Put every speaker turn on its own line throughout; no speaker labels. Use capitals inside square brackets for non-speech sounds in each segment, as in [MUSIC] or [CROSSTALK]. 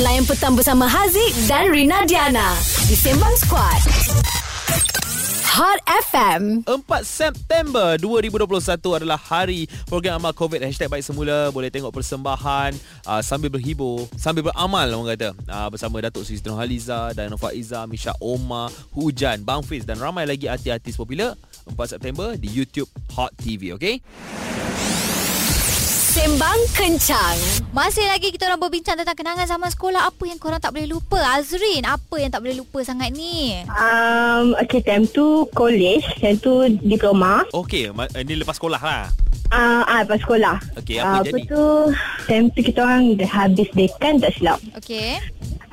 Layan petang bersama Haziq dan Rina Diana di Sembang Squad. Hot FM.
4 September 2021 adalah hari program amal COVID Hashtag baik semula Boleh tengok persembahan uh, Sambil berhibur Sambil beramal orang kata uh, Bersama Datuk Seri Nurhaliza Diana Faiza Misha Omar Hujan Bang Fiz Dan ramai lagi artis-artis popular 4 September di YouTube Hot TV Okay
Sembang Kencang.
Masih lagi kita orang berbincang tentang kenangan zaman sekolah. Apa yang korang tak boleh lupa? Azrin, apa yang tak boleh lupa sangat ni?
Um, okay, time tu college, time tu diploma.
Okay ma- Ini lepas sekolah lah
Ah, uh, ah, lepas sekolah.
Okey, apa
Ah,
jadi?
Apa tu, time tu kita orang dah habis dekan tak silap.
Okey.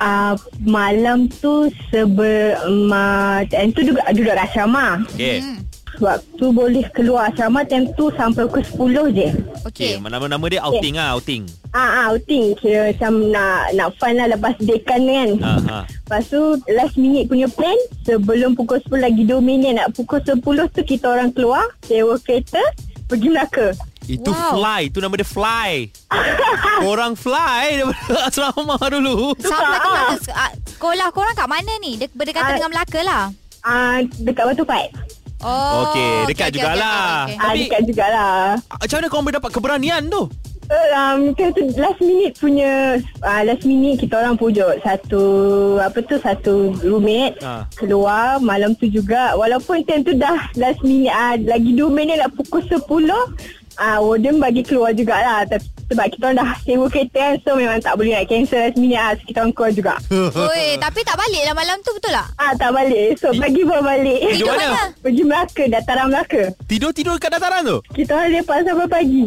Ah, uh, malam tu sebe... Ma, time tu duduk, duduk kat asrama.
Okay
Hmm.
Waktu boleh keluar asrama, time tu sampai pukul 10 je.
Okay,
Okey.
nama-nama dia outing lah, outing.
Ah, ah, outing. Kira macam nak, nak fun lah lepas dekan ni kan.
Ha, ha.
Lepas tu last minute punya plan Sebelum pukul 10 lagi 2 minit Nak pukul 10 tu kita orang keluar Sewa kereta Pergi Melaka
Itu wow.
Wow.
fly, itu nama dia
[LAUGHS]
fly. Orang fly daripada asrama dulu.
Sampai ke
tak, ah.
mana? Se- ah, Sekolah korang kat mana ni? Dek- Berdekatan
Ah.
dengan Melaka lah.
Ah Dekat Batu Pat
Oh.
Okey, dekat
okey,
jugalah.
okey, okey,
ah,
Tapi-
Dekat jugalah
Macam mana korang boleh dapat keberanian tu?
uh, um, Kita tu last minute punya uh, Last minute kita orang pujuk Satu Apa tu Satu roommate
Ah.
Keluar Malam tu juga Walaupun time tu dah Last minute uh, Lagi 2 minit nak pukul 10 Ah, uh, Warden bagi keluar jugalah Tapi sebab kita orang dah sewa kereta kan So memang tak boleh nak cancel last minute ah, so kita orang keluar juga
okey.
[LAUGHS]
Oi, tapi tak balik lah malam tu betul tak?
Ah tak balik So pagi baru balik
Pergi
Tidur
mana?
mana?
Pergi Melaka Dataran Melaka
Tidur-tidur kat dataran tu?
Kita orang lepak sampai pagi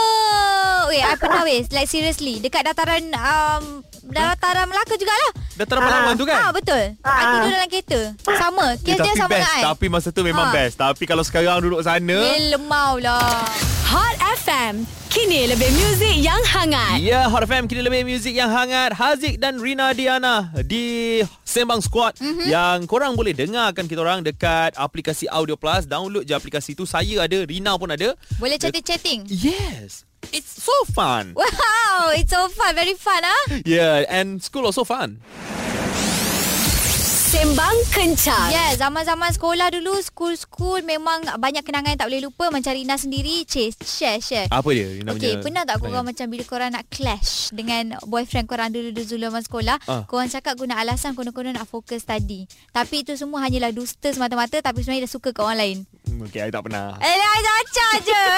Apa? Weh, I pernah weh. Like seriously. Dekat dataran um, dataran Melaka jugalah.
Dataran
Ah.
Palawan tu
Ah
kan?
betul. I
Ah.
tidur dalam kereta. Sama.
Eh,
Kes dia sama
best.
dengan I.
Tapi masa tu memang
Ha.
best. Tapi kalau sekarang duduk sana...
Ye lemau lah.
Hot FM. Kini lebih muzik yang hangat.
Ya, yeah, Hot FM kini lebih muzik yang hangat. Haziq dan Rina Diana di Sembang Squad mm-hmm.
Mhm.
yang korang boleh dengarkan kita orang dekat aplikasi Audio Plus. Download je aplikasi tu. Saya ada, Rina pun ada.
Boleh chatting-chatting.
Yes. It's so fun.
Oh. Wow, it's so fun, very fun ah.
Yeah, and school also fun.
Sembang Kencang.
Yeah, zaman-zaman sekolah dulu, school-school memang banyak kenangan yang tak boleh lupa. Macam Rina sendiri, Chase, share, share.
Apa dia? Ah, Rina
Okay,
punya
pernah tak korang
kenangan?
macam bila korang nak clash dengan boyfriend korang dulu dulu zaman sekolah,
Ah.
uh. korang cakap guna alasan kono-kono nak fokus study. Tapi itu semua hanyalah dusta semata-mata tapi sebenarnya dah suka kat orang lain.
Hmm, Okay, I tak pernah.
Eh, dah cacah je. [LAUGHS]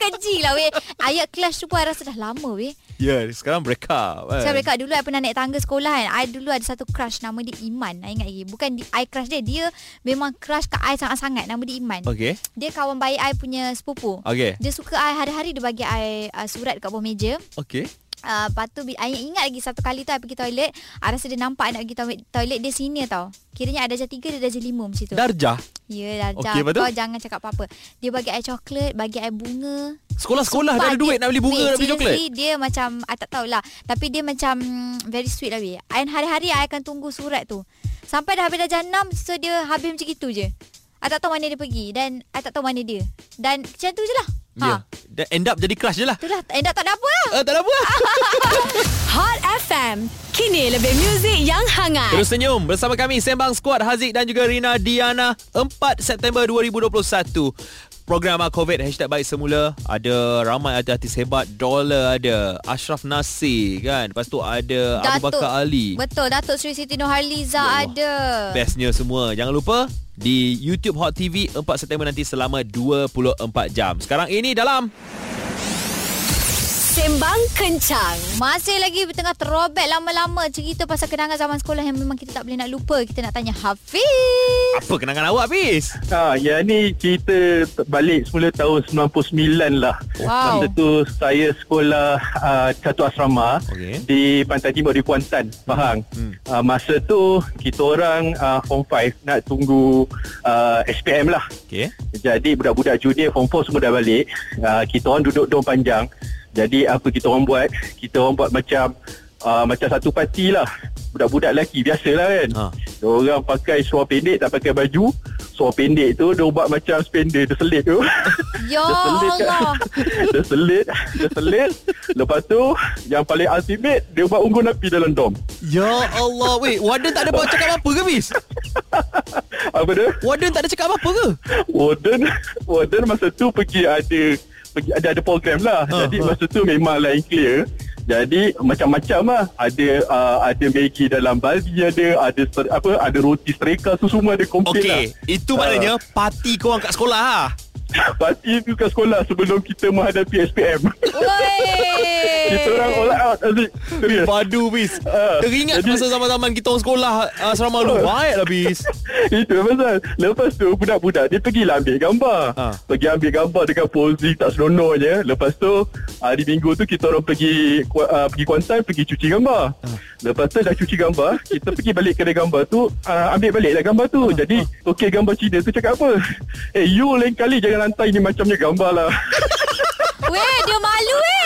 Keji lah weh. Ayat clash tu pun I rasa dah lama weh.
Ya, yeah, sekarang break up. Kan?
Saya rekat dulu I pernah naik tangga sekolah kan I dulu ada satu crush Nama dia Iman I ingat lagi Bukan di, I crush dia Dia memang crush kat I sangat-sangat Nama dia Iman
Okay.
Dia kawan baik I punya sepupu
Okay.
Dia suka I Hari-hari dia bagi I uh, Surat dekat bawah meja
Okay.
uh, Lepas tu bi- I ingat lagi Satu kali tu I pergi toilet I rasa dia nampak I nak pergi toilet, toilet Dia senior tau Kiranya I darjah 3 Dia darjah 5 macam tu
Darjah.
Ya darjah
Okey, lepas tu?
Kau jangan cakap apa-apa Dia bagi I coklat Bagi I bunga
Sekolah-sekolah dah Ah,
Sumpah,
ada duit nak beli bunga,
weh,
nak beli coklat.
seriously, Dia macam I tak tahulah Tapi dia macam mm, Very sweet lah weh And hari-hari I akan tunggu surat tu Sampai dah habis dah jam 6 So dia habis macam gitu je I tak tahu mana dia pergi Dan I tak tahu mana dia Dan macam tu je lah
Ya. Yeah. Dan end up jadi crush je lah.
Itulah End up tak ada apa lah
Uh, tak ada apa.
Hot FM. Kini lebih muzik yang hangat.
Terus senyum bersama kami Sembang Squad Haziq dan juga Rina Diana 4 September 2021. Program Amal COVID Hashtag Baik Semula Ada ramai artis-artis hebat Dollar ada Ashraf Nasir kan Lepas tu ada Abu Bakar Ali
Betul Datuk Sri Siti
Ya
Nurhaliza
Allah.
ada
Bestnya semua Jangan lupa Di YouTube Hot TV 4 September nanti Selama 24 jam Sekarang ini dalam
Sembang Kencang.
Masih lagi tengah throwback lama-lama cerita pasal kenangan zaman sekolah yang memang kita tak boleh nak lupa. Kita nak tanya Hafiz.
Apa kenangan awak Fiz?
Ha, yang ni cerita t- balik semula tahun 99 lah.
Wow.
Masa tu saya sekolah uh, satu asrama
Okey.
di Pantai Timur di Kuantan, Pahang.
Hmm.
Hmm. Uh, masa tu kita orang uh, form 5 nak tunggu uh, SPM lah.
Okay
Jadi budak-budak junior form 4 semua dah balik. Uh, kita orang duduk dom panjang. Jadi apa kita orang buat? Kita orang buat macam uh, macam satu parti lah. Budak-budak lelaki biasalah kan.
Ha.
Ha. Orang pakai seluar pendek tak pakai baju. Seluar pendek tu dia buat macam spender dia selit tu.
Ya
Dia selit
[LAUGHS]
kan?
Allah.
[LAUGHS] Dia selit Dia selit Lepas tu Yang paling ultimate Dia buat unggun api dalam dom
Ya Allah. Wait, Warden tak ada buat cakap apa ke, Miss?
Apa dia
Warden tak ada cakap apa ke?
Warden Warden masa tu pergi ada pergi ada ada program lah.
Ha,
Uh, Jadi
ha.
uh. masa tu memang lain clear. Jadi macam-macam lah. Ada uh, ada Maggi dalam baldi ada ada ser, apa ada roti sereka tu semua ada lah. komplit
Okey,
okay.
itu maknanya parti korang kat sekolah ha.
lah. Parti tu kat sekolah sebelum kita menghadapi SPM.
Wey.
[LAUGHS] kita orang all out Aziz. Serius.
Padu bis.
[LAUGHS] Ah,
Teringat
jadi-
masa zaman-zaman kita orang sekolah uh, asrama
[LAUGHS]
lu. Baiklah bis.
Itu pasal Lepas tu budak-budak Dia pergilah ambil gambar
Ha.
ha. Pergi ambil gambar Dekat posing tak senonohnya Lepas tu Hari minggu tu Kita orang pergi ku- uh, Pergi Kuantan Pergi cuci gambar Lepas tu dah cuci gambar Kita pergi balik kedai gambar tu uh, Ambil balik lah gambar tu Jadi Okey gambar Cina tu cakap apa [LAUGHS] Eh you lain kali Jangan lantai ni macamnya gambar lah [LAUGHS]
Weh, dia malu eh.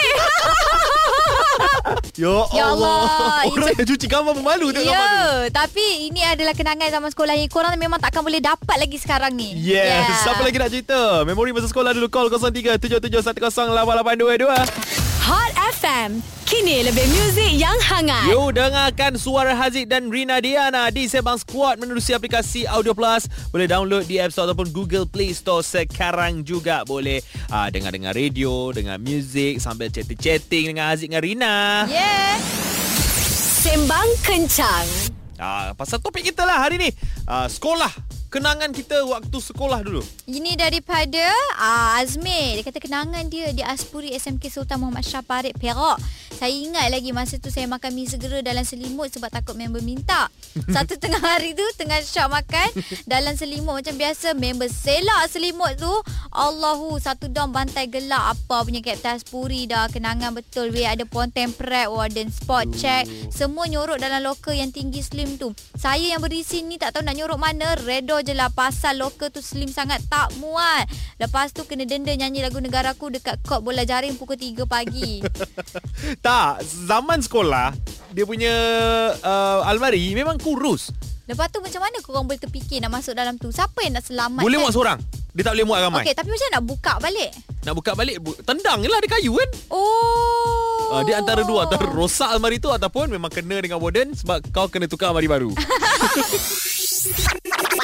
Ya Allah.
Ya Allah,
[LAUGHS] Orang yang cuci gambar pun malu tengok
Ya,
gambar tu.
tapi ini adalah kenangan zaman sekolah yang korang memang takkan boleh dapat lagi sekarang ni.
Yes.
Ya.
Yeah. Siapa lagi nak cerita? Memori masa sekolah dulu call 03 7710 8822.
Hot FM. Kini lebih muzik yang hangat.
You dengarkan suara Haziq dan Rina Diana di Sembang Squad menerusi aplikasi Audio Plus. Boleh download di App Store ataupun Google Play Store sekarang juga. Boleh uh, dengar-dengar radio, dengar muzik sambil chatting-chatting dengan Haziq dengan Rina.
Yeah.
Sembang kencang.
Ah, pasal topik kita lah hari ni. Ah, sekolah. Kenangan kita waktu sekolah dulu.
Ini daripada uh, Azmi. Dia kata kenangan dia di Aspuri SMK Sultan Muhammad Shah Parit Perak. Saya ingat lagi masa tu saya makan mie segera dalam selimut sebab takut member
[LAUGHS]
minta. Satu tengah hari tu tengah Shah makan dalam selimut macam biasa member selak selimut tu. Allahu satu dom bantai gelak apa punya Kapten Aspuri dah. Kenangan betul weh ada ponten prep warden spot check. Semua nyorok dalam loker yang tinggi slim tu. Saya yang berisi ni tak tahu nak nyorok mana. Redo je lah pasal loker tu slim sangat tak muat. Lepas tu kena denda nyanyi lagu negaraku dekat kod bola jaring pukul 3
[LAUGHS]
pagi.
Tak, zaman sekolah dia punya uh, almari memang kurus.
Lepas tu macam mana korang boleh terfikir nak masuk dalam tu? Siapa yang nak selamat? kan?
Boleh muat seorang. Dia tak boleh muat ramai.
Okey, tapi macam mana nak buka balik?
Nak buka balik, bu- tendang je lah dia kayu kan.
Oh.
Uh, dia antara dua Antara rosak almari tu Ataupun memang kena dengan warden Sebab kau kena tukar almari baru